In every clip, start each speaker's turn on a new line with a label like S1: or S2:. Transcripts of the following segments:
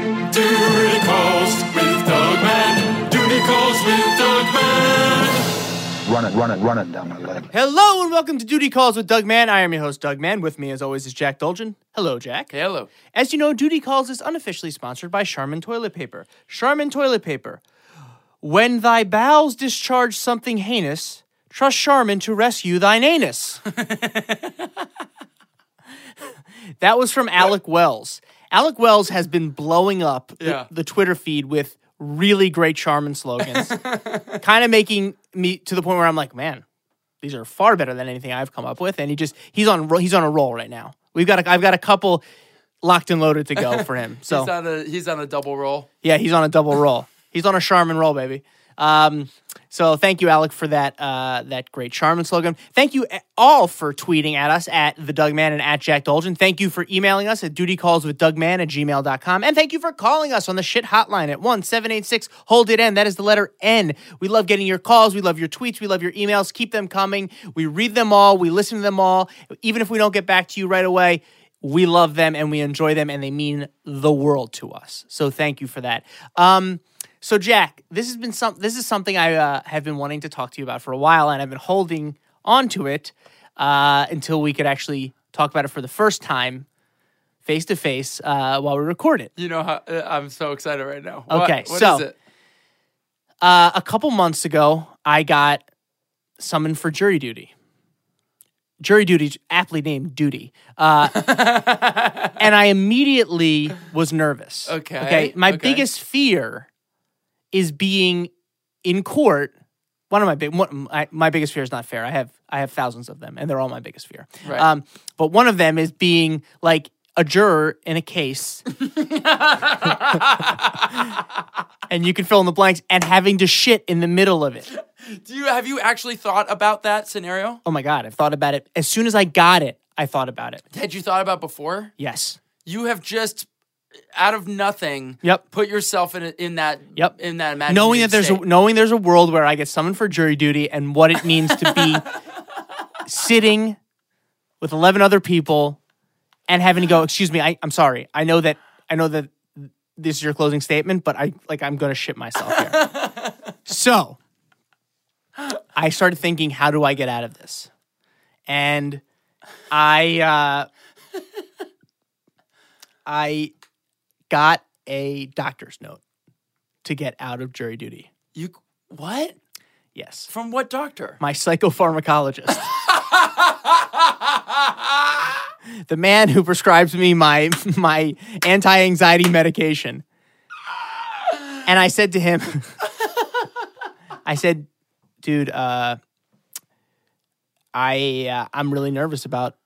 S1: Duty calls with Dogman. Duty calls with Dogman.
S2: running, running, running down my leg.
S3: Hello and welcome to Duty Calls with Doug Mann. I am your host, Doug Mann. With me, as always, is Jack Dolgen. Hello, Jack.
S4: Hello.
S3: As you know, Duty Calls is unofficially sponsored by Charmin Toilet Paper. Charmin Toilet Paper. When thy bowels discharge something heinous, trust Charmin to rescue thine anus. that was from Alec Wells. Alec Wells has been blowing up the-
S4: Yeah.
S3: the, Twitter feed with really great Charmin slogans, kind of making me to the point where I'm like, man, these are far better than anything I've come up with. And he just he's on ro- he's on a roll right now. We've got a, I've got a couple locked and loaded to go for him. So
S4: He's on a he's on a double roll.
S3: yeah, he's on a double roll. He's on a Charmin roll, baby. Um, so thank you, Alec, for that uh, that great Charmin slogan. Thank you a- all for tweeting at us at the Doug Man and at Jack Dolgen. Thank you for emailing us at dutycallswithdugman at gmail.com. And thank you for calling us on the shit hotline at 1 786 Hold It N. That is the letter N. We love getting your calls. We love your tweets. We love your emails. Keep them coming. We read them all. We listen to them all. Even if we don't get back to you right away, we love them and we enjoy them and they mean the world to us. So thank you for that. Um, so Jack, this has been some. This is something I uh, have been wanting to talk to you about for a while, and I've been holding on to it uh, until we could actually talk about it for the first time, face to face, uh, while we record it.
S4: You know how uh, I'm so excited right now.
S3: Okay,
S4: what, what
S3: so-
S4: is it?
S3: Uh, a couple months ago, I got summoned for jury duty. Jury duty, aptly named duty, uh, and I immediately was nervous.
S4: Okay,
S3: Okay. My
S4: okay.
S3: biggest fear is being in court. One of my big, one, I, my biggest fear is not fair. I have I have thousands of them, and they're all my biggest fear.
S4: Right.
S3: Um, but one of them is being like a juror in a case, and you can fill in the blanks, and having to shit in the middle of it.
S4: Do you have you actually thought about that scenario?
S3: Oh my god, I've thought about it as soon as I got it. I thought about it.
S4: Had you thought about before?
S3: Yes.
S4: You have just out of nothing.
S3: Yep.
S4: Put yourself in a- in that.
S3: Yep.
S4: In that imagination.
S3: knowing that there's a, knowing there's a world where I get summoned for jury duty and what it means to be sitting with 11 other people and having to go, excuse me, I, I'm sorry. I know that I know that this is your closing statement, but I like I'm going to shit myself here. so I started thinking, how do I get out of this? And I uh, I got a doctor's note to get out of jury duty.
S4: you what
S3: Yes.
S4: from what doctor?
S3: My psychopharmacologist. the man who prescribes me my my anti-anxiety medication. And I said to him I said, "Dude, uh I uh, I'm really nervous about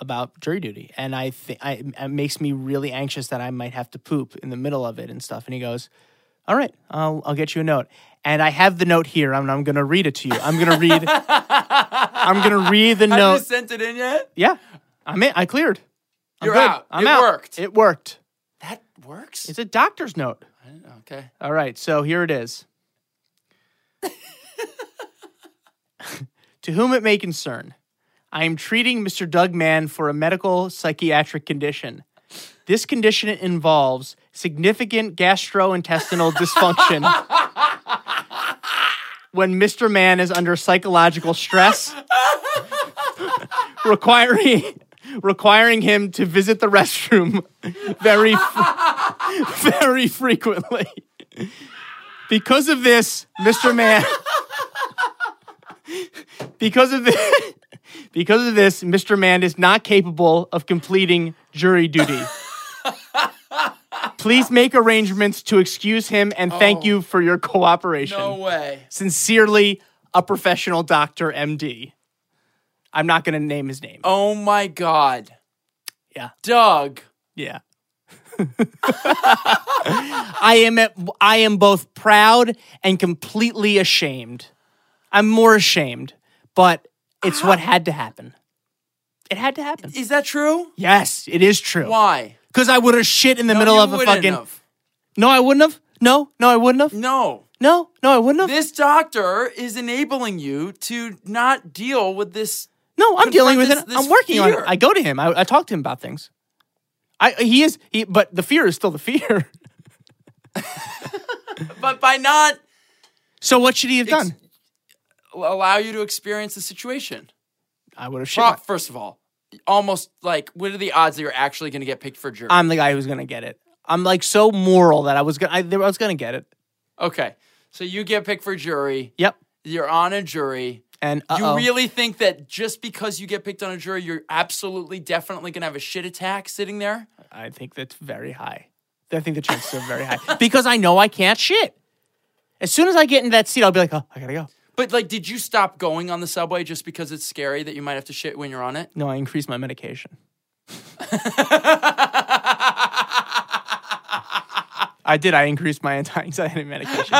S3: about jury duty and I think I it makes me really anxious that I might have to poop in the middle of it and stuff." And he goes, all right, I'll, I'll get you a note. And I have the note here, and I'm going to read it to you. I'm going to read. I'm going to read the
S4: have
S3: note.
S4: you sent it in yet?
S3: yeah, I'm in. I cleared. I'm
S4: You're
S3: good.
S4: out.
S3: I'm
S4: It
S3: out.
S4: worked.
S3: It worked.
S4: That works.
S3: It's a doctor's note.
S4: okay.
S3: All right, so here it is. to whom it may concern, I am treating Mr. Doug Mann for a medical psychiatric condition. This condition involves significant gastrointestinal dysfunction. when Mr. Mann is under psychological stress, requiring requiring him to visit the restroom very very frequently. Because of this, Mr. Mann. because of this, because of this, Mr. Mann is not capable of completing jury duty. Please make arrangements to excuse him and thank you for your cooperation.
S4: No way.
S3: Sincerely, a professional doctor, MD. I'm not going to name his name.
S4: Oh my god.
S3: Yeah.
S4: Doug.
S3: Yeah. I am at, I am both proud and completely ashamed. I'm more ashamed, but it's what had to happen. It had to happen.
S4: Is that true?
S3: Yes, it is true.
S4: Why?
S3: Because I would have shit in the middle
S4: you
S3: of a
S4: wouldn't
S3: fucking.
S4: have.
S3: No, I wouldn't have. No, no, I wouldn't have.
S4: No.
S3: No, no, I wouldn't have.
S4: This doctor is enabling you to not deal with this.
S3: No, I'm dealing with
S4: confront
S3: it.
S4: this-
S3: I'm
S4: this
S3: working on it.
S4: fear.
S3: I go to him. I, I talk to him about things. I he is he, but the fear is still the fear.
S4: but by not
S3: So what should he have
S4: Ex-
S3: done?
S4: allow you to experience the situation.
S3: I would have shit.
S4: Pro-
S3: my-
S4: first of all, almost like what are the odds that you're actually going to get picked for jury?
S3: I'm the guy who's gonna get it. I'm like so moral that I was gonna I, I was gonna get it.
S4: okay, so you get picked for jury.
S3: Yep.
S4: You're on a jury.
S3: And uh-oh.
S4: You really think that just because you get picked on a jury, you're absolutely definitely going to have a shit attack sitting there?
S3: I think that's very high. I think the chances are very high because I know I can't shit. As soon as I get in that seat, I'll be like, oh, I gotta go.
S4: But like, did you stop going on the subway just because it's scary that you might have to shit when you're on it?
S3: No, I increased my medication. I did. I increased my anti-anxiety medication.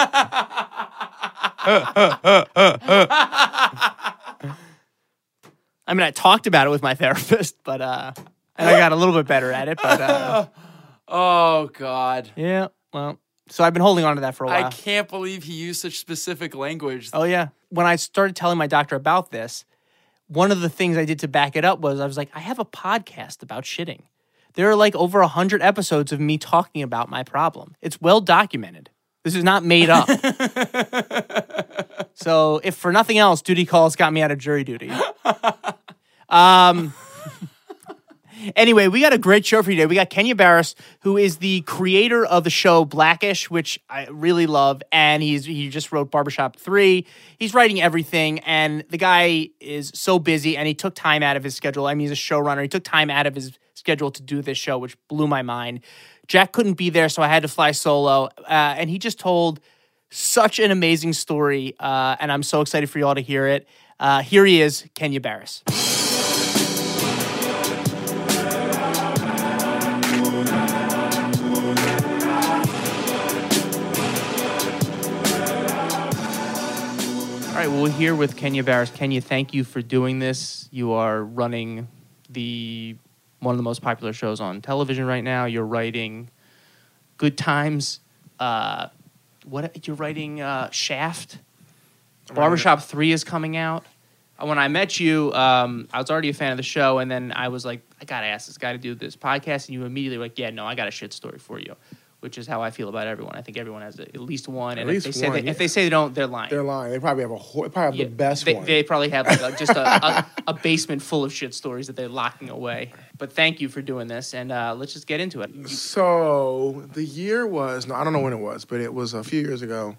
S3: I mean, I talked about it with my therapist, but uh, and I got a little bit better at it. But uh,
S4: Oh God.
S3: yeah, well, so I've been holding on to that for a while.
S4: I can't believe he used such specific language.
S3: Oh yeah. When I started telling my doctor about this, one of the things I did to back it up was I was like, I have a podcast about shitting. There are like over a hundred episodes of me talking about my problem. It's well documented. This is not made up. so if for nothing else, duty calls got me out of jury duty. Um Anyway, we got a great show for you today. We got Kenya Barris, who is the creator of the show Blackish, which I really love, and he's he just wrote Barbershop Three. He's writing everything, and the guy is so busy, and he took time out of his schedule. I mean, he's a showrunner. He took time out of his schedule to do this show, which blew my mind. Jack couldn't be there, so I had to fly solo, uh, and he just told such an amazing story, uh, and I'm so excited for you all to hear it. Uh, here he is, Kenya Barris. All right, well, we're here with Kenya Barris. Kenya, thank you for doing this. You are running the one of the most popular shows on television right now. You're writing Good Times. Uh, what you're writing? Uh, Shaft. Barbershop Three is coming out. Uh, When I met you, um, I was already a fan of the show, and then I was like, I gotta ask this guy to do this podcast, and you immediately were like, Yeah, no, I got a shit story for you, which is how I feel about everyone. I think everyone has at least one, and
S5: least
S3: if they say
S5: one,
S3: they, if
S5: yeah.
S3: they say they don't, they're lying.
S5: They're lying. They probably have a ho- they probably have the
S3: Yeah,
S5: best
S3: they,
S5: one.
S3: They probably have like a, just a, a, a basement full of shit stories that they're locking away. But thank you for doing this, and uh, let's just get into it.
S5: so the year was no, I don't know when it was, but it was a few years ago.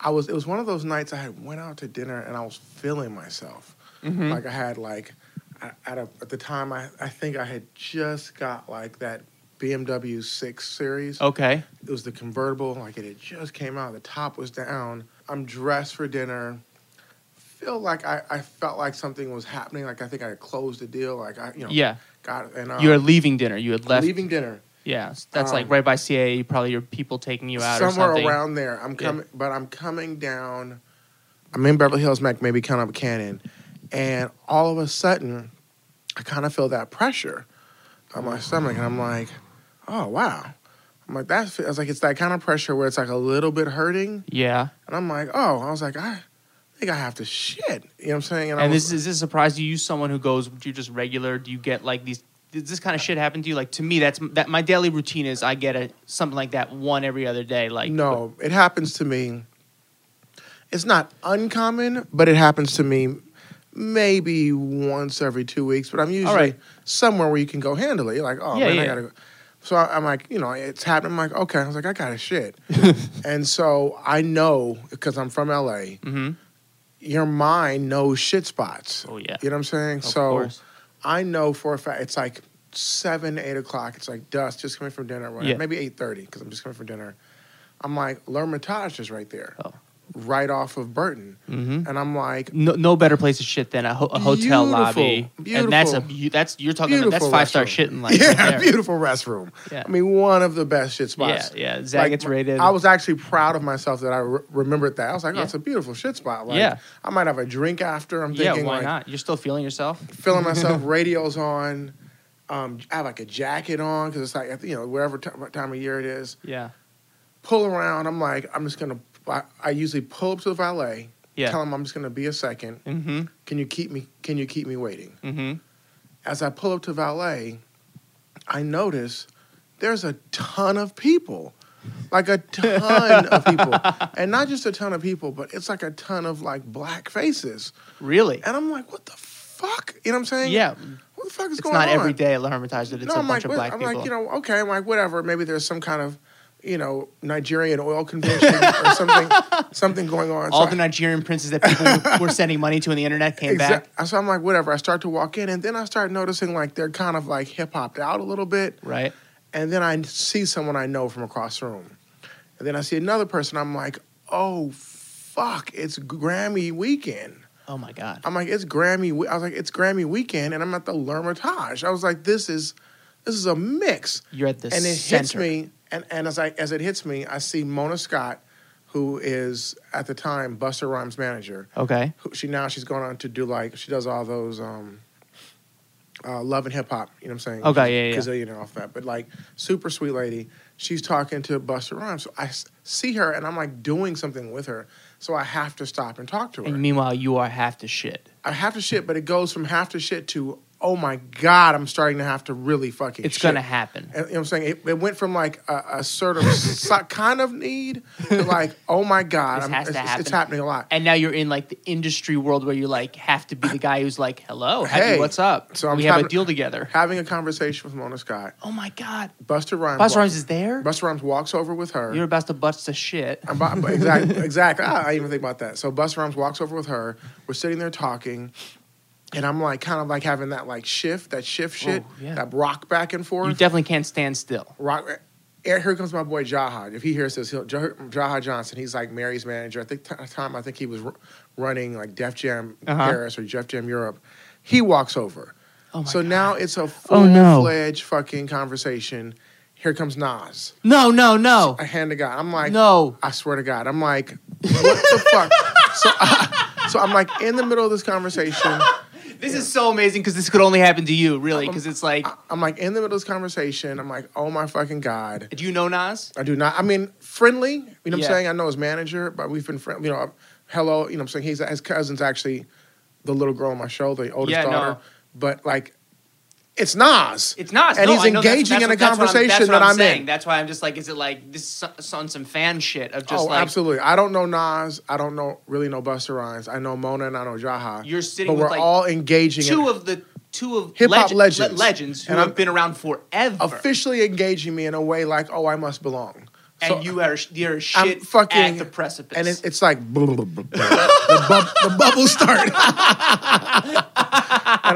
S5: I was it was one of those nights I had went out to dinner and I was feeling myself.
S3: Mm-hmm.
S5: Like I had like I, at a, at the time I I think I had just got like that BMW 6 series.
S3: Okay.
S5: It was the convertible, like it had just came out. The top was down. I'm dressed for dinner. Feel like I, I felt like something was happening. Like I think I had closed the deal. Like I, you know,
S3: Yeah.
S5: got and um,
S3: You were leaving dinner. You had left.
S5: leaving dinner
S3: Yeah, that's like
S5: um,
S3: right by CA. Probably your people taking you out
S5: somewhere
S3: or something.
S5: around there. I'm
S3: Yeah.
S5: coming, but I'm coming down. I'm in Beverly Hills, Mac, maybe kind of a cannon, and all of a sudden, I kind of feel that pressure on my stomach, and I'm like, oh wow. I'm like that's. I was like it's that kind of pressure where it's like a little bit hurting,
S3: Yeah,
S5: and I'm like, oh, I was like I think I have to shit. You know what I'm saying? I
S3: and
S5: was-
S3: this is this a surprise to you? Someone who goes, do you just regular? Do you get like these? Does this kind of shit happen to you? Like to me, that's that. My daily routine is I get a something like that one every other day. Like
S5: No, it happens to me. It's not uncommon, but it happens to me maybe once every two weeks. But I'm usually
S3: right.
S5: somewhere where you can go handle it. You're like, oh
S3: Yeah,
S5: man,
S3: yeah.
S5: I gotta go. So I- I'm like, you know, it's happening. I'm like, okay. I was like, I gotta shit. and so I know because I'm from LA,
S3: Mhm.
S5: your mind knows shit spots.
S3: Oh, yeah.
S5: You know what I'm saying?
S3: Of
S5: so
S3: course.
S5: I know for a fact it's like seven, eight o'clock. It's like dusk, just coming from dinner. Whatever.
S3: Yeah.
S5: Maybe eight thirty because I'm just coming from dinner. I'm like, Lermitage is right there,
S3: Oh.
S5: right off of Burton,
S3: Mhm.
S5: and I'm like,
S3: no, no better place to shit than a, ho- a hotel lobby.
S5: Beautiful,
S3: And that's a
S5: beautiful.
S3: beau- that's you're talking about that's
S5: Beautiful
S3: five star
S5: restaurant.
S3: shitting like
S5: yeah,
S3: right there.
S5: beautiful restroom.
S3: Yeah.
S5: I mean, one of the best shit spots.
S3: Yeah, yeah. Zagat's rated.
S5: I was actually proud of myself that I re- remembered that. I was like, oh,
S3: Yeah.
S5: it's a beautiful shit spot. Like,
S3: Yeah.
S5: I might have a drink after. I'm
S3: Yeah,
S5: thinking,
S3: why
S5: like,
S3: not? You're still feeling yourself.
S5: feeling myself. Radio's on. Um, I have like a jacket on because it's like you know wherever t- time of year it is.
S3: Yeah,
S5: Pull around. I'm like I'm just gonna. I, I usually pull up to the valet.
S3: yeah.
S5: Tell him I'm just gonna be a second.
S3: Mm-hmm.
S5: Can you keep me? Can you keep me waiting?
S3: Mm-hmm.
S5: As I pull up to valet, I notice there's a ton of people like a ton of people, and not just a ton of people, but it's like a ton of like black faces,
S3: Really?
S5: and I'm like, what the fuck? You know what I'm saying?
S3: Yeah.
S5: What the fuck is
S3: It's
S5: going
S3: not
S5: on?
S3: every day at La Hermitage that it's a
S5: I'm
S3: bunch
S5: like,
S3: of black
S5: I'm
S3: people.
S5: like, you know, okay, I'm like, whatever. Maybe there's some kind of, you know, Nigerian oil convention or something, something going on.
S3: All
S5: So
S3: the
S5: I-
S3: Nigerian princes that people were sending money to on the internet came back.
S5: Exact- So I'm like, whatever. I start to walk in, and then I start noticing like they're kind of like hip hopped out a little bit,
S3: Right.
S5: and then I see someone I know from across the room, and then I see another person. I'm like, oh fuck, it's Grammy weekend.
S3: Oh my God.
S5: I'm like, it's Grammy. We-. I was like, it's Grammy weekend, and I'm at the Lermitage. I was like, this is, this is a mix
S3: You're at the
S5: and it
S3: center.
S5: hits me and, and as I as it hits me, I see Mona Scott, who is at the time Buster Rhymes manager.
S3: Okay.
S5: Who she now she's going on to do like she does all those um uh, love and hip hop, you know what I'm saying?
S3: Okay,
S5: She's
S3: yeah,
S5: a Gazillionaire off that, but like super sweet lady. She's talking to Buster Rhymes. So I s- see her and I'm like doing something with her, so I have to stop and talk to her.
S3: And meanwhile, you are half the shit.
S5: I have to shit, but it goes from half to shit to oh my god, I'm starting to have to really fucking.
S3: It's
S5: shit.
S3: going to happen.
S5: And, you know what I'm saying? It, it went from like a, a sort of so, kind of need to like, oh my God,
S3: This
S5: I'm-
S3: has to
S5: it's, it's- it's
S3: happen.
S5: happening a lot.
S3: And now you're in like the industry world where you like have to be the guy who's like, "Hello, hey,
S5: Hey.
S3: what's up?
S5: So I'm
S3: we have a
S5: having-
S3: deal together."
S5: Having a conversation with Mona Scott,
S3: Oh my god,
S5: Buster Rhymes.
S3: Buster
S5: walks-
S3: Rhymes is there.
S5: Buster Rhymes walks over with her.
S3: You're about to bust the shit.
S5: I'm about- but exactly, exactly. Ah, I didn't even think about that. So Buster Rhymes walks over with her. We're sitting there talking, and I'm like, kind of like having that like shift, that shift shit,
S3: Whoa, yeah.
S5: that rock back and forth.
S3: You definitely can't stand still.
S5: Rock. eh, Here here comes my boy Jaha. If he hears this, he'll, Jah- Jaha Johnson. He's like Mary's manager. I think at the time I think he was ru- running like Def Jam
S3: Uh-huh.
S5: Paris or Def Jam Europe. He walks over.
S3: Oh my
S5: so
S3: god.
S5: now it's a
S3: Oh, no.
S5: full-fledged fucking conversation. Here comes Nas.
S3: No, no, no,
S5: I hand to God. I'm like,
S3: no.
S5: I swear to God. I'm like, what the fuck? So, I, so I'm like in the middle of this conversation.
S3: This is so amazing because this could only happen to you, really.
S5: Um,
S3: Because it's like,
S5: I'm like in the middle of this conversation. I'm like, oh my fucking God.
S3: do you know Nas?
S5: I do not. I mean, friendly. You know what I'm
S3: Yeah.
S5: saying? I know his manager, but we've been friend. You know, hello. You know what I'm saying? He's his cousin's actually the little girl on my show, the oldest
S3: Yeah, no.
S5: daughter. But like, it's Nas.
S3: It's Nas,
S5: and
S3: No,
S5: he's
S3: I know that's-
S5: engaging
S3: that's
S5: in
S3: what-
S5: a
S3: that's what I'm-
S5: conversation
S3: that's what
S5: that I'm,
S3: saying.
S5: in.
S3: That's why I'm just like, is it like this is on some fan shit of just
S5: oh,
S3: like
S5: absolutely. I don't know Nas. I don't know really know Buster Rhymes. I know Mona and I know Jaha.
S3: You're sitting
S5: but
S3: with,
S5: we're
S3: like,
S5: all engaging. in-
S3: two of the two of
S5: Hip-hop
S3: legend-
S5: legends.
S3: le- legends who
S5: And
S3: have
S5: I'm-
S3: been around forever.
S5: officially engaging me in a way like, oh, I must belong.
S3: and
S5: So-
S3: you are you're shit
S5: I'm fucking
S3: at the precipice.
S5: and it, it's like blah, blah, blah, blah, blah. the, bub- the bubbles start, and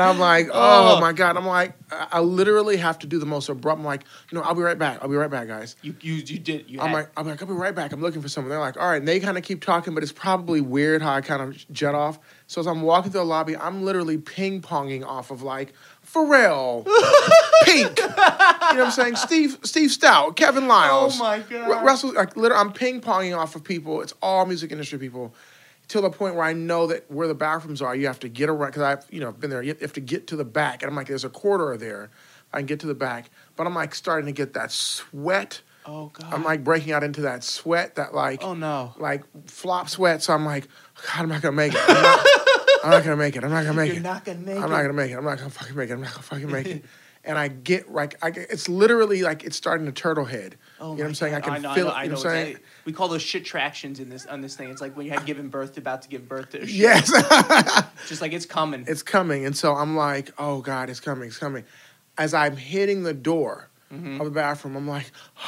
S5: I'm like, oh, my god, I'm like, I, I literally have to do the most abrupt. I'm like, you know, I'll be right back. I'll be right back, guys.
S3: you you you did. You
S5: I'm
S3: had-
S5: like, I'm like, I'll be right back. I'm looking for someone. They're like, all right. And they kind of keep talking, but it's probably weird how I kind of jet off. So as I'm walking through the lobby, I'm literally ping ponging off of like Pharrell, Pink. You know what I'm saying? Steve, Steve Stout, Kevin Lyles.
S3: Oh my God.
S5: Ru- Russell, like literally, I'm ping ponging off of people. It's all music industry people. Till the point where I know that where the bathrooms are, you have to get around because I've you know been there. You have to get to the back, and I'm like, there's a corridor there. I can get to the back, but I'm like starting to get that sweat.
S3: oh god.
S5: I'm like breaking out into that sweat, that like,
S3: oh no.
S5: like flop sweat. So I'm like, God, I'm not gonna make it. I'm not, I'm not gonna make it. I'm not gonna make
S3: You're
S5: it.
S3: not gonna make
S5: I'm
S3: it.
S5: not gonna make it. I'm not gonna fucking make it. I'm not gonna fucking make it. And I get like, I get, it's literally like it's starting to turtle head.
S3: Oh
S5: you know what
S3: my
S5: I'm saying?
S3: God.
S5: I can
S3: know,
S5: feel
S3: know,
S5: it.
S3: I
S5: You know what
S3: know
S5: I'm saying?
S3: exactly. We call those shit tractions in this on this thing. It's like when you had given birth, about to give birth to. a Shit.
S5: Yes.
S3: It's Just like it's coming.
S5: it's coming. And so I'm like, oh God, it's coming, it's coming. As I'm hitting the door
S3: Mm-hmm.
S5: of the bathroom, I'm like,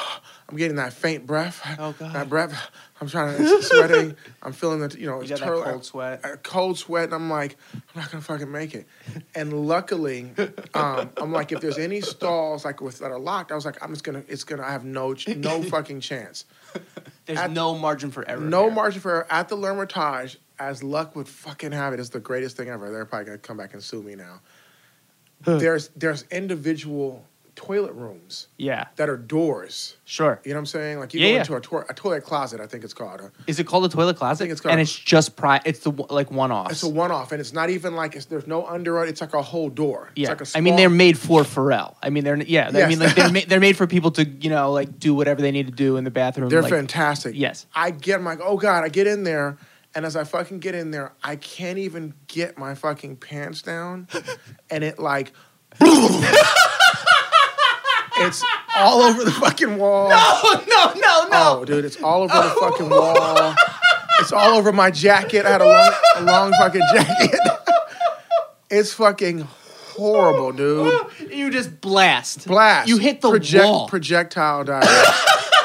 S5: I'm getting that faint breath.
S3: Oh, God.
S5: That breath. I'm trying to, it's sweating. I'm feeling the, you know,
S3: you
S5: it's
S3: got that
S5: turtle-
S3: cold sweat.
S5: a cold sweat, and I'm like, I'm not gonna fucking make it. And luckily, um, I'm like, if there's any stalls like with that are locked, I was like, I'm just gonna, it's gonna, I have no, ch- no fucking chance.
S3: There's
S5: at-
S3: no margin for error.
S5: No
S3: here.
S5: margin for error at the Lermitage. As luck would fucking have it, it's the greatest thing ever. They're probably gonna come back and sue me now. there's there's individual toilet rooms
S3: Yeah.
S5: that are doors.
S3: Sure.
S5: You know what I'm saying? Like you
S3: Yeah,
S5: go
S3: yeah.
S5: into a, to- a toilet closet, I think it's called. uh,
S3: Is it called a toilet closet?
S5: think it's called-
S3: and it's just pri. It's the one- like one off.
S5: It's a one-off, and it's not even like it's, there's no under it. It's like a whole door. It's
S3: Yeah,
S5: like a
S3: I mean
S5: small-
S3: they're made for Pharrell. I mean they're yeah. I
S5: Yes.
S3: mean like they're ma- they're made for people to you know like do whatever they need to do in the bathroom.
S5: They're
S3: like,
S5: fantastic.
S3: Yes.
S5: I get, I'm like, oh God, I get in there. And as I fucking get in there, I can't even get my fucking pants down. and it like, It's all over the fucking wall.
S3: Oh no no no!
S5: Oh, dude, it's all over the fucking wall. It's all over my jacket. I had a long, a long fucking jacket. It's fucking horrible, dude.
S3: You just blast.
S5: Oh. Blast.
S3: You hit the
S5: Project-
S3: wall.
S5: Projectile diarrhea.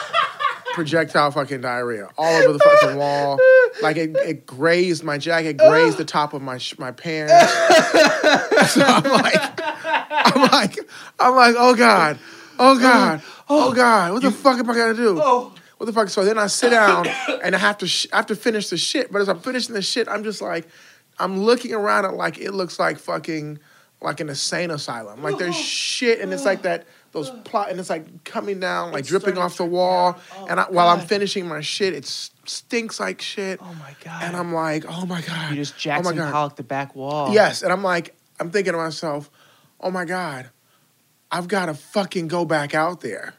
S5: projectile fucking diarrhea all over the fucking wall. Like it, it grazed my jacket, grazed the top of my sh- my pants. so I'm like, I'm like, I'm like, oh god, oh god, oh god, what the fuck am I gonna do?
S3: Oh.
S5: What the fuck? So then I sit down and I have to sh- I have to finish the shit. But as I'm finishing the shit, I'm just like, I'm looking around at like it looks like fucking like an insane asylum. Like there's shit and it's like that those plot and it's like coming down, like dripping
S3: starting
S5: off the wall.
S3: Oh,
S5: and I, while I'm finishing my shit, it s- stinks like shit.
S3: Oh my god!
S5: And I'm like, oh my god,
S3: you just
S5: oh
S3: Jackson
S5: my god.
S3: Pollock the back wall.
S5: Yes, and I'm like, I'm thinking to myself, oh my God, I've got to fucking go back out there.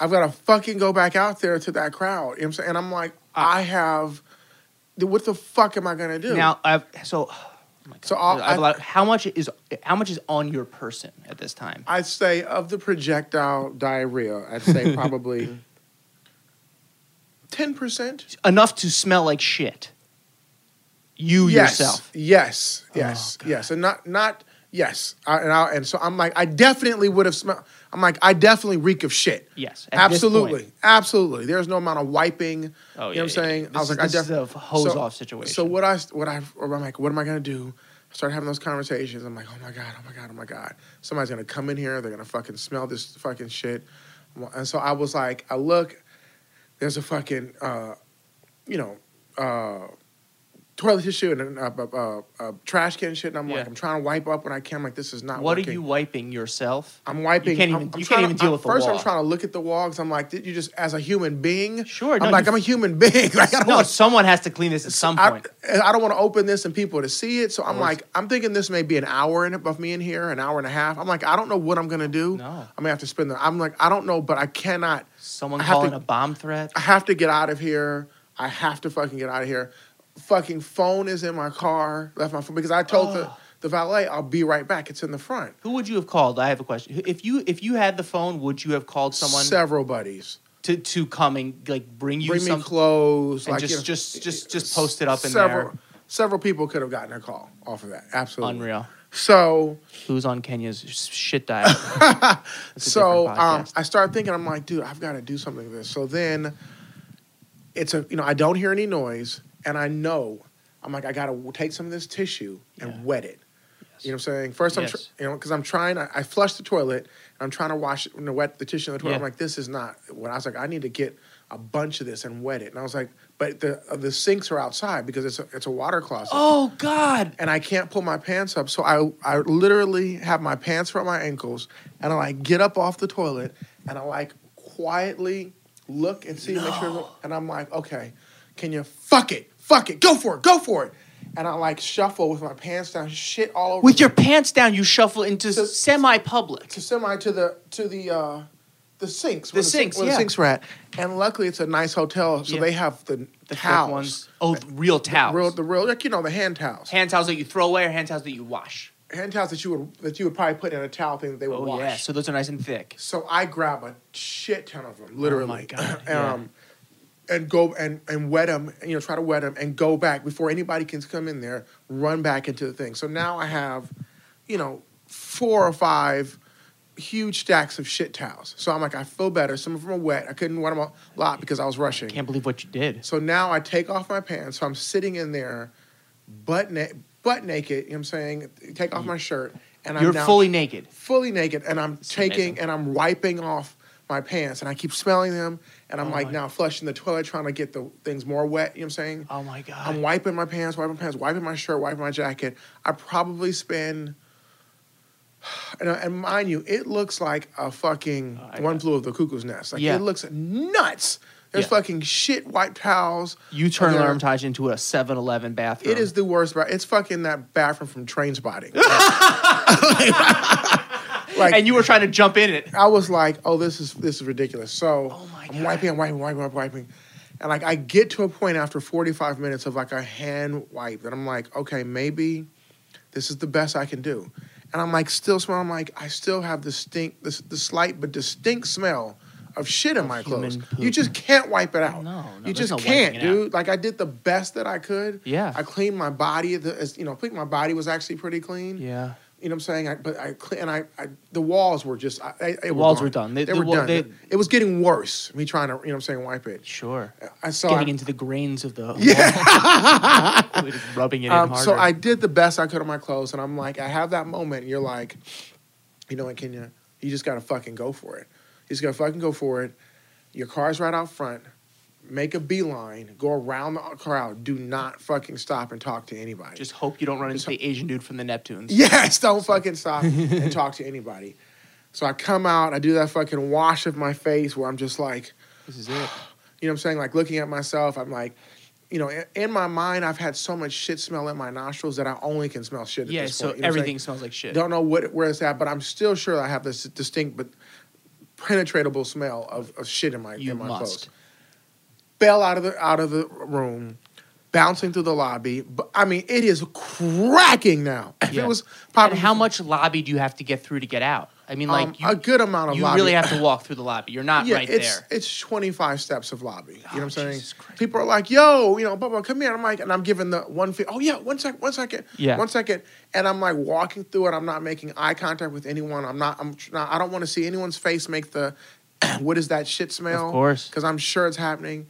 S5: I've got to fucking go back out there to that crowd. You know what I'm saying? And I'm like,
S3: Uh.
S5: I have, what the fuck am I going to do?
S3: Now I've so. oh
S5: so
S3: I
S5: I'll,
S3: have a
S5: I,
S3: lot how much is how much is on your person at this time?
S5: I'd say of the projectile diarrhea, I'd say probably 10%.
S3: Enough to smell like shit. You
S5: yes,
S3: yourself. Oh,
S5: Yes, yes, yes, and not not yes. I, and I, and so I'm like, I definitely would have smelled. I'm like, I definitely reek of shit.
S3: Yes. at this
S5: Absolutely.
S3: point.
S5: Absolutely. There's no amount of wiping.
S3: Oh,
S5: you
S3: yeah,
S5: know what I'm
S3: yeah,
S5: saying?
S3: yeah.
S5: I was
S3: This
S5: like,
S3: is-
S5: I
S3: this is a
S5: definitely
S3: hose off situation.
S5: So what I what I or I'm like, what am I gonna do? I started having those conversations. I'm like, oh my God, oh my God, oh my God. Somebody's gonna come in here, they're gonna fucking smell this fucking shit. And so I was like, I look, there's a fucking uh, you know, uh Toilet tissue and a, a, a, a trash can shit, and I'm
S3: Yeah.
S5: like, I'm trying to wipe up when I can. I'm like, this is not
S3: What
S5: working.
S3: are you wiping yourself?
S5: I'm wiping.
S3: You can't
S5: I'm-
S3: even-
S5: I'm
S3: you can't
S5: trying
S3: even
S5: to-
S3: deal
S5: I'm-
S3: with the
S5: First,
S3: wall.
S5: I'm trying to look at the wall because I'm like, did you just as a human being?
S3: Sure,
S5: I'm
S3: no,
S5: like,
S3: you-
S5: I'm a human being. Like, I don't
S3: No,
S5: want.
S3: someone has to clean this at some
S5: I,
S3: point.
S5: I don't want to open this and people to see it. So I'm
S3: course.
S5: like, I'm thinking this may be an hour in it of me in here, an hour and a half. I'm like, I don't know what I'm gonna do.
S3: No.
S5: I'm gonna have to spend the. I'm like, I don't know, but I cannot.
S3: Someone
S5: I have
S3: calling
S5: to-
S3: a bomb threat.
S5: I have to get out of here. I have to fucking get out of here. Fucking phone is in my car. Left my phone because I told
S3: Oh.
S5: the, the valet I'll be right back. It's in the front.
S3: Who would you have called? I have a question. Who- If you if you had the phone, would you have called someone
S5: Several buddies.
S3: to to come and like bring you
S5: bring
S3: some
S5: me clothes,
S3: and
S5: like
S3: just
S5: you know,
S3: just just just post it up in
S5: several
S3: there?
S5: several people could have gotten a call off of that. Absolutely
S3: Unreal.
S5: So
S3: Who's on Kenya's shit diet? That's a
S5: so
S3: different
S5: um,
S3: podcast.
S5: I started thinking, I'm like, dude, I've got to do something with this. So then it's a you know I don't hear any noise, and I know I'm like I got to take some of this tissue and
S3: Yeah.
S5: wet it. You know what I'm saying? First, I'm tr-
S3: Yes.
S5: you know because I'm trying. I, I flushed the toilet. And I'm trying to wash it, you know, wet the tissue in the toilet.
S3: Yeah.
S5: I'm like, this is not. When I was like, I need to get a bunch of this and wet it. And I was like, but the uh, the sinks are outside because it's a, it's a water closet.
S3: oh God!
S5: And I can't pull my pants up, so I I literally have my pants around my ankles, and I like get up off the toilet, and I like quietly look and see, make sure, and I'm like, okay, can you fuck it, fuck it, go for it, go for it, and I like shuffle with my pants down, shit all over
S3: With
S5: the-
S3: your pants down, you shuffle into
S5: To-
S3: semi-public.
S5: to semi to the to the uh the sinks
S3: The
S5: where sink-
S3: sinks,
S5: where
S3: yeah.
S5: the sinks were at and luckily it's a nice hotel so
S3: Yeah.
S5: they have the,
S3: The thick
S5: towels
S3: ones. Oh, th- real towels.
S5: real the real like you know the hand towels hand,
S3: hand towels that you throw away or hand towels that you wash.
S5: towels that you would that you would probably put in a towel thing that they would
S3: Oh
S5: wash
S3: yeah, so those are nice and thick.
S5: so I grab a shit ton of them literally
S3: Oh God, yeah.
S5: um and go and and wet them you know try to wet them and go back before anybody can come in there run back into the thing so now I have you know four or five huge stacks of shit towels. So I'm like, I feel better. Some of them are wet. I couldn't wear them a lot because I was rushing.
S3: Can't believe what you did.
S5: So now I take off my pants. So I'm sitting in there, butt, na- butt naked. You know what I'm saying? Take off my shirt, and
S3: You're
S5: I'm now
S3: fully naked.
S5: fully naked, and I'm taking
S3: amazing.
S5: and I'm wiping off my pants, and I keep smelling them, and I'm
S3: Oh
S5: like
S3: my-
S5: now flushing the toilet, trying to get the things more wet. You know what I'm saying?
S3: Oh my god.
S5: I'm wiping my pants, wiping my pants, wiping my shirt, wiping my jacket. I probably spend, and, and mind you, it looks like a fucking
S3: Oh, I
S5: one flew of the cuckoo's nest. Like
S3: Yeah.
S5: it looks nuts. There's
S3: Yeah.
S5: fucking shit white towels.
S3: you turn
S5: there.
S3: Larmitage into a 7-Eleven bathroom.
S5: It is the worst. But it's fucking that bathroom from Train Spotting. like
S3: and you were trying to jump in it.
S5: I was like, oh, this is this is ridiculous. So
S3: Oh my
S5: I'm
S3: God.
S5: wiping, I'm wiping, wiping, wiping, wiping. And like I get to a point after 45 minutes of like a hand wipe that I'm like, okay, maybe this is the best I can do. and I'm like still smelling. I'm like I still have the stink, this the slight but distinct smell of shit in my
S3: human
S5: clothes.
S3: poop.
S5: You just can't wipe it out.
S3: No, no,
S5: you
S3: there's
S5: just
S3: no wiping
S5: can't,
S3: it out.
S5: dude. Like I did the best that I could.
S3: Yeah.
S5: I cleaned my body. The, as- you know, I think my body was actually pretty clean.
S3: Yeah.
S5: You know what I'm saying? I, but I cle- and I, I the walls were just I, I, the
S3: walls were done. They-
S5: They,
S3: the
S5: were
S3: wa-
S5: done.
S3: they-
S5: it was getting worse. Me trying to you know what I'm saying wipe it.
S3: Sure.
S5: I saw
S3: Getting into the grains of the yeah. rubbing it in
S5: Um,
S3: harder.
S5: so I did the best I could on my clothes, and I'm like, I have that moment. And you're like, you know what, Kenya, you just gotta fucking go for it. You just gotta fucking go for it. Your car's right out front. Make a beeline. Go around the crowd. Do not fucking stop and talk to anybody.
S3: just hope you don't run into the Asian dude from the Neptunes.
S5: Yes, don't fucking stop and talk to anybody. So I come out, I do that fucking wash of my face where I'm just like,
S3: This is it.
S5: you know what I'm saying? Like looking at myself, I'm like, you know, in, in my mind, I've had so much shit smell in my nostrils that I only can smell shit. At
S3: Yeah,
S5: this
S3: so
S5: point, you know what I'm
S3: everything
S5: saying?
S3: smells like shit.
S5: Don't know what where it's at, but I'm still sure I have this distinct but penetratable smell of, of shit in my
S3: You
S5: in my
S3: must.
S5: clothes. Bail out of the out of the room, bouncing through the lobby. But I mean, it is cracking now. If
S3: Yeah.
S5: it was
S3: And
S5: popping,
S3: how much lobby do you have to get through to get out? I mean, like
S5: um,
S3: you,
S5: a good amount of
S3: you
S5: lobby.
S3: really have to walk through the lobby. You're not
S5: yeah,
S3: right
S5: it's
S3: there. Oh,
S5: it's 25 steps of lobby. You know what I'm saying?
S3: Jesus Christ.
S5: People are like, "Yo, you know, blah blah, come here." And I'm like, and I'm giving the one feet. Oh yeah, one sec, one second,
S3: Yeah.
S5: one second. And I'm like walking through it. I'm not making eye contact with anyone. I'm not. I'm. tr- Not, I don't want to see anyone's face make the. what is that shit smell?
S3: Of course.
S5: because I'm sure it's happening.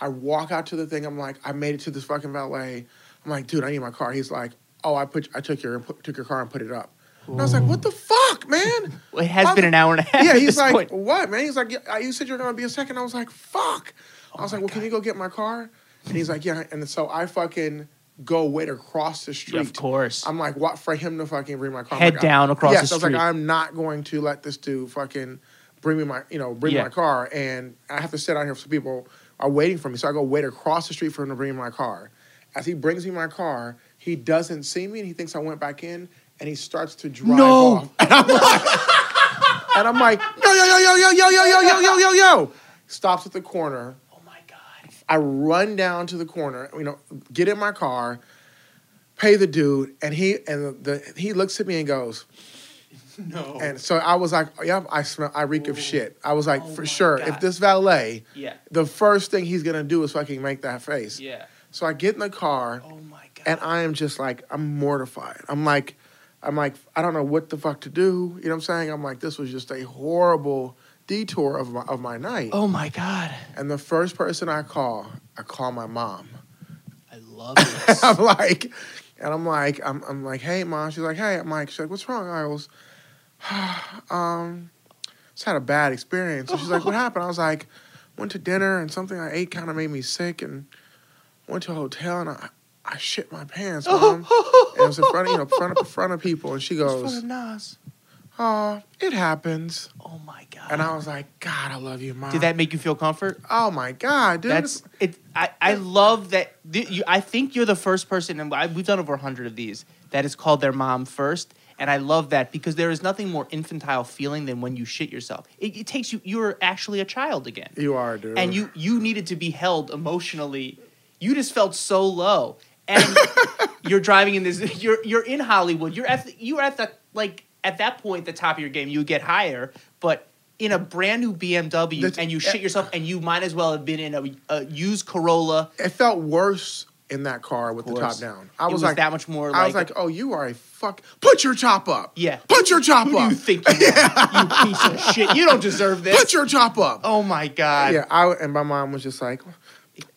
S5: I walk out to the thing. I'm like, I made it to this fucking valet. I'm like, dude, I need my car. He's like, oh, I put, I took your, took your car and put it up. And I was like, what the fuck, man?
S3: It has
S5: Why
S3: been
S5: the-
S3: an hour and a half.
S5: Yeah,
S3: at
S5: he's
S3: this
S5: like,
S3: point.
S5: what, man? He's like, yeah, you said you're gonna be a second. I was like, fuck. I
S3: Oh
S5: was like, well, can you go get my car? And he's like, yeah. And so I fucking go wait across the street.
S3: of course.
S5: I'm like, what for him to fucking bring my car? I'm
S3: Head
S5: like,
S3: down
S5: I-
S3: across
S5: yes,
S3: the
S5: I was
S3: street.
S5: like, I'm not going to let this dude fucking bring me my, you know, bring me
S3: Yeah.
S5: my car, and I have to sit out here so people are waiting for me. So I go wait across the street for him to bring me my car. As he brings me my car, he doesn't see me, and he thinks I went back in, and he starts to drive
S3: No.
S5: off. And I'm like, and I'm like, yo, yo, yo, yo, yo, yo, yo, yo, yo, yo, yo, yo. Stops at the corner.
S3: oh my god.
S5: I run down to the corner, you know, get in my car, pay the dude, and he and the, he looks at me and goes,
S3: No.
S5: and so I was like, yep, I smell, I reek of shit. I was like,
S3: Oh
S5: for
S3: my
S5: sure,
S3: God.
S5: if this valet,
S3: yeah.
S5: the first thing he's gonna do is fucking make that face.
S3: Yeah.
S5: So I get in the car,
S3: Oh my god.
S5: and I am just like, I'm mortified. I'm like, I'm like, I don't know what the fuck to do. You know what I'm saying? I'm like, this was just a horrible detour of my of my night.
S3: oh my god.
S5: And the first person I call, I call my mom.
S3: I love this.
S5: I'm like, and I'm like, I'm, I'm like, hey, mom. She's like, hey, I'm like, she's like, what's wrong? I was, um, just had a bad experience. And she's like, what happened? I was like, went to dinner and something I ate kind of made me sick, and went to a hotel and I, I shit my pants, mom. and it was in front of you know, front of front of people, and she goes,
S3: Nas.
S5: oh, it happens.
S3: Oh my god.
S5: And I was like, God, I love you, mom.
S3: Did that make you feel comfort?
S5: Oh my God, dude.
S3: That's it. I, I love that. th- You, I think you're the first person, and I, we've done over hundred of these that has called their mom first, and I love that because there is nothing more infantile feeling than when you shit yourself. It, it takes you. You're actually a child again,
S5: you are, dude.
S3: and you you needed to be held emotionally. You just felt so low, and you're driving in this. You're you're in Hollywood. You're at the, you're at the like at that point the top of your game. You get higher, but in a brand new BMW,
S5: That's-
S3: and you shit yourself, and you might as well have been in a, a used Corolla.
S5: it felt worse in that car with the
S3: course.
S5: top down. I
S3: It
S5: was,
S3: was
S5: like
S3: that much more
S5: I was
S3: like-
S5: like, oh, you are a fuck. Put your chop up.
S3: Yeah.
S5: Put your chop
S3: Who do
S5: up.
S3: you think you are? You piece of shit. You don't deserve this.
S5: Put your chop up.
S3: oh my god.
S5: yeah. I and my mom was just like,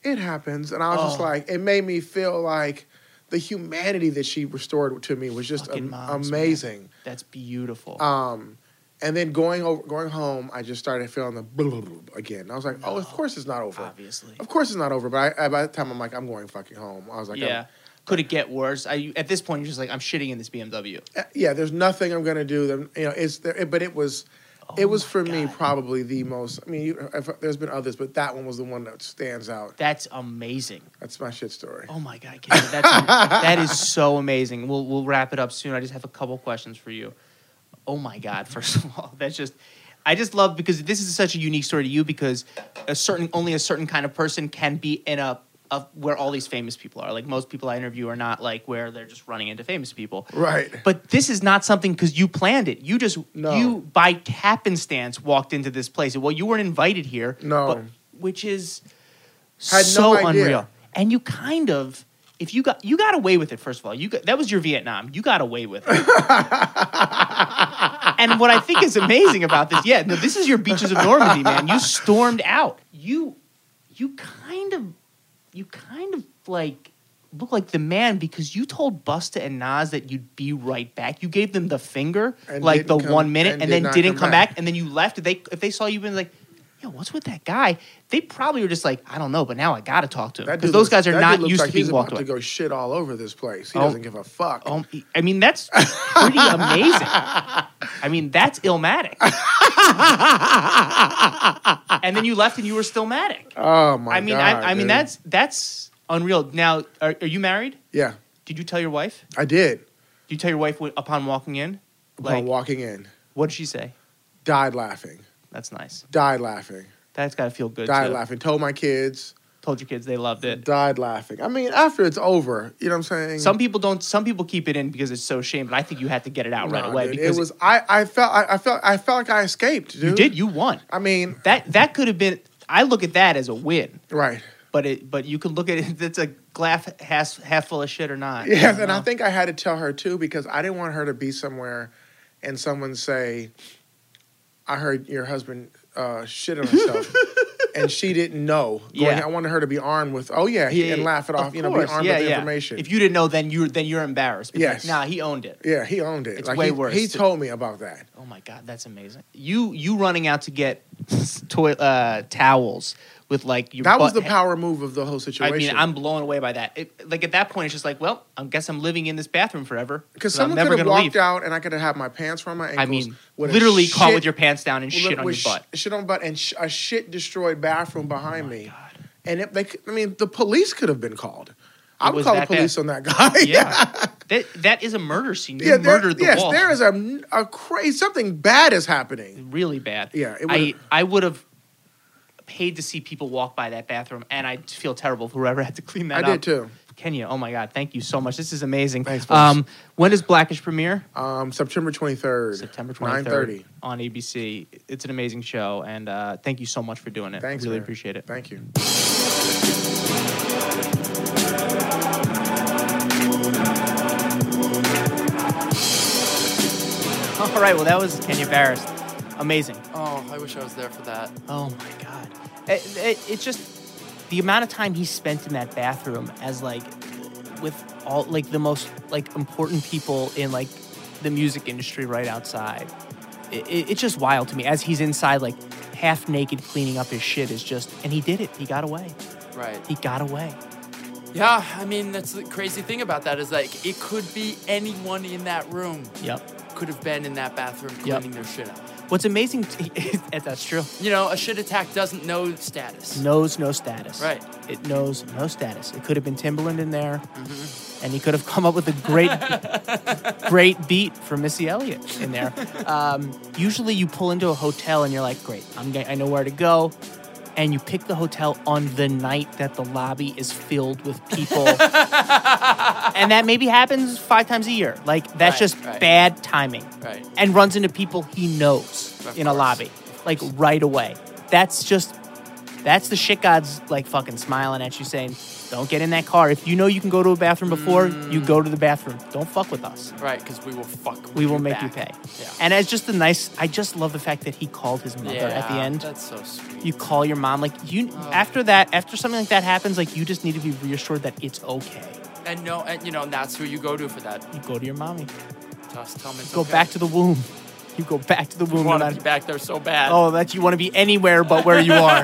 S5: it happens, and I was just
S3: Oh.
S5: like, it made me feel like the humanity that she restored to me was just
S3: Fucking
S5: am-
S3: moms, man.
S5: amazing.
S3: That's beautiful.
S5: Um, and then going over, going home, I just started feeling the blah, blah, blah again. I was like, oh, of course it's not over.
S3: Obviously.
S5: Of course it's not over. But I, by the time I'm like, I'm going fucking home. I was like,
S3: yeah. Could it get worse? I, at this point, you're just like, I'm shitting in this BMW.
S5: Uh, yeah, there's nothing I'm gonna do. Them, you know, it's there, it- but it was,
S3: Oh
S5: it was for me probably the most. I mean, you, if, there's been others, but that one was the one that stands out.
S3: That's amazing.
S5: That's my shit story.
S3: Oh my god, Kendra, that's that is so amazing. We'll we'll wrap it up soon. I just have a couple questions for you. Oh my god, first of all, that's just I just love because this is such a unique story to you because a certain only a certain kind of person can be in a of where all these famous people are. Like most people I interview are not like where they're just running into famous people.
S5: Right.
S3: But this is not something because you planned it. You just
S5: No.
S3: you by happenstance walked into this place. Well, you weren't invited here.
S5: No.
S3: but- which is
S5: Had no
S3: so
S5: idea.
S3: unreal. And you kind of if you got you got away with it. First of all, you got, that was your Vietnam. You got away with it. and what I think is amazing about this, yeah, no, this is your beaches of Normandy, man. You stormed out. You you kind of you kind of like look like the man because you told Busta and Nas that you'd be right back. You gave them the finger,
S5: And
S3: like the
S5: didn't come-
S3: one minute, and,
S5: and did
S3: then
S5: not
S3: didn't come,
S5: come
S3: back.
S5: back.
S3: and then you left. If they if they saw you been like, yo, what's with that guy? They probably were just like, I don't know, but now I gotta talk to him
S5: That
S3: because
S5: dude
S3: those
S5: looks-
S3: guys are
S5: that
S3: not
S5: dude looks
S3: used
S5: like
S3: to being
S5: he's
S3: walked
S5: about
S3: away.
S5: to go shit all over this place. He
S3: Oh.
S5: doesn't give a fuck.
S3: Um, I mean, that's pretty amazing. I mean, that's illmatic. and then you left, and you were still matic.
S5: Oh my
S3: I mean,
S5: god.
S3: I, I mean,
S5: dude.
S3: that's that's unreal. Now, are, are you married?
S5: yeah.
S3: Did you tell your wife?
S5: I did
S3: Did you tell your wife wh- upon walking in?
S5: upon
S3: Like,
S5: walking in.
S3: what did she say?
S5: Died laughing.
S3: That's nice.
S5: Died laughing.
S3: That's got to feel good.
S5: Died
S3: too.
S5: laughing. Told my kids.
S3: Told your kids they loved it.
S5: Died laughing. I mean, after it's over, you know what I'm saying.
S3: Some people don't. Some people keep it in because it's so shame, but I think you had to get it out right
S5: Nah,
S3: away
S5: dude,
S3: because
S5: it was. I, I felt. I, I felt. I felt like I escaped, dude.
S3: you did. You won.
S5: I mean,
S3: That that could have been. I look at that as a win.
S5: right.
S3: but it but you can look at it it's a glass half, half full of shit or not Uh-huh.
S5: Yes,
S3: You
S5: and I
S3: know?
S5: think I had to tell her too because I didn't want her to be somewhere and someone say, "I heard your husband uh, shit on himself," and she didn't know. Going,
S3: Yeah.
S5: I wanted her to be armed with, "Oh yeah,"
S3: Yeah,
S5: and
S3: yeah,
S5: laugh it off. You know, be
S3: course,
S5: armed
S3: yeah,
S5: with the
S3: yeah.
S5: information.
S3: if you didn't know then you're then you're embarrassed because
S5: Yes.
S3: nah he owned it
S5: yeah, he owned it.
S3: It's
S5: like
S3: way
S5: he,
S3: worse,
S5: He
S3: too.
S5: told me about that.
S3: oh my god that's amazing you you running out to get toy, uh, towels with like your
S5: That was the
S3: butt-
S5: power move of the
S3: eh
S5: whole
S3: I
S5: situation.
S3: mean, I'm blown away by that. It, like at that point, it's just like, well, I guess I'm living in this bathroom forever
S5: because
S3: I'm
S5: someone
S3: never
S5: could have
S3: gonna leave.
S5: walked out and I could have had my pants around my
S3: I
S5: ankles.
S3: mean,
S5: with a
S3: literally caught with
S5: shit-
S3: your pants down and shit on your
S5: with sh-
S3: butt. Oh
S5: shit on my butt, and sh- a shit destroyed bathroom behind me. And it, they, c- I mean, the police could have been called. I would
S3: was
S5: call the
S3: that bad.
S5: police on that guy.
S3: yeah, that that is a murder scene. You
S5: yeah. there-
S3: murdered the
S5: yes,
S3: wall.
S5: there is a, a crazy something bad is happening.
S3: really bad.
S5: Yeah, it
S3: I
S5: would've-
S3: I would have paid to see people walk by that bathroom, and I feel terrible for whoever had to clean
S5: I
S3: that up.
S5: did too.
S3: Kenya, oh my God, thank you so much. This is amazing.
S5: Thanks, boss.
S3: um, when does Blackish premiere?
S5: Um, September twenty third,
S3: September
S5: nine
S3: 23rd
S5: thirty.
S3: on ABC. It's an amazing show, and uh, thank you so much for doing it.
S5: Thanks,
S3: really
S5: man.
S3: appreciate it.
S5: Thank you.
S3: All right, well, that was Kenya Barris. Amazing.
S4: Oh, I wish I was there for that.
S3: Oh my god! It, it, it's just the amount of time he spent in that bathroom as like with all like the most like important people in like the music industry right outside. It, it, it's just wild to me as he's inside like half naked cleaning up his shit is just and he did it. He got away.
S4: Right.
S3: He got away.
S4: Yeah, I mean that's the crazy thing about that is like it could be anyone in that room
S3: Yep.
S4: could have been in that bathroom
S3: Yep.
S4: cleaning their shit up.
S3: What's amazing? T- that's true.
S4: You know, a shit attack doesn't know status.
S3: knows no status.
S4: Right.
S3: It knows no status. It could have been Timberland in there,
S4: Mm-hmm.
S3: and he could have come up with a great, great beat for Missy Elliott in there. Um, usually, you pull into a hotel and you're like, "Great, I'm going I know where to go," and you pick the hotel on the night that the lobby is filled with people, and that maybe happens five times a year. Like that's
S4: Right,
S3: just
S4: right.
S3: bad timing
S4: Right.
S3: and runs into people he knows
S4: Of
S3: in a
S4: course.
S3: lobby, like right away. That's just that's the shit god's like fucking smiling at you, saying, "Don't get in that car. If you know you can go to a bathroom before, you
S4: Mm.
S3: go to the bathroom. Don't fuck with us.
S4: Right, because we will fuck. with
S3: We will
S4: you
S3: make you pay."
S4: back. Yeah.
S3: And it's just the nice. I just love the fact that he called his mother
S4: yeah,
S3: at the end.
S4: That's so sweet.
S3: You call your mom, like you.
S4: Oh.
S3: After that, after something like that happens, like you just need to be reassured that it's okay.
S4: and no, and you know, and that's who you go to for that.
S3: You go to your mommy.
S4: Just tell me. it's
S3: Go
S4: okay.
S3: back to the womb. You go back to the womb.
S4: You
S3: no
S4: want to
S3: matter-
S4: be back there so bad.
S3: Oh, that you want to be anywhere but where you are.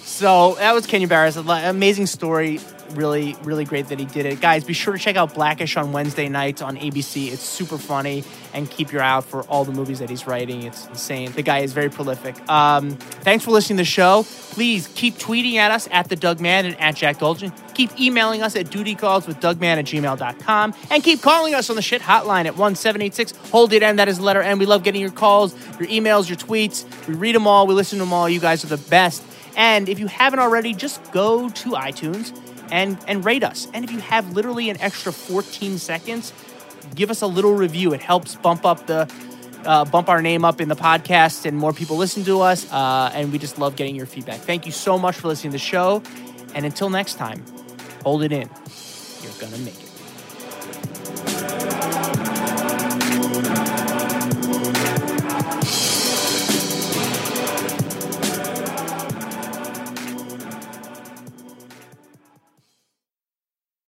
S3: so that was Kenya Barris. An amazing story. Really, really great that he did it. Guys, be sure to check out Blackish on Wednesday nights on ABC. It's super funny. And keep your eye out for all the movies that he's writing. It's insane. The guy is very prolific. Um, thanks for listening to the show. Please keep tweeting at us at the Doug Man and at Jack Dolgen. Keep emailing us at duty calls with Dougman at gmail.com. And keep calling us on the shit hotline at 1786. Hold it, and that is the letter N. We love getting your calls, your emails, your tweets. We read them all, we listen to them all. You guys are the best. And if you haven't already, just go to iTunes and, and rate us. And if you have literally an extra 14 seconds, give us a little review. It helps bump up the uh, bump our name up in the podcast and more people listen to us. Uh, and we just love getting your feedback. Thank you so much for listening to the show. And until next time, hold it in. You're going to make it.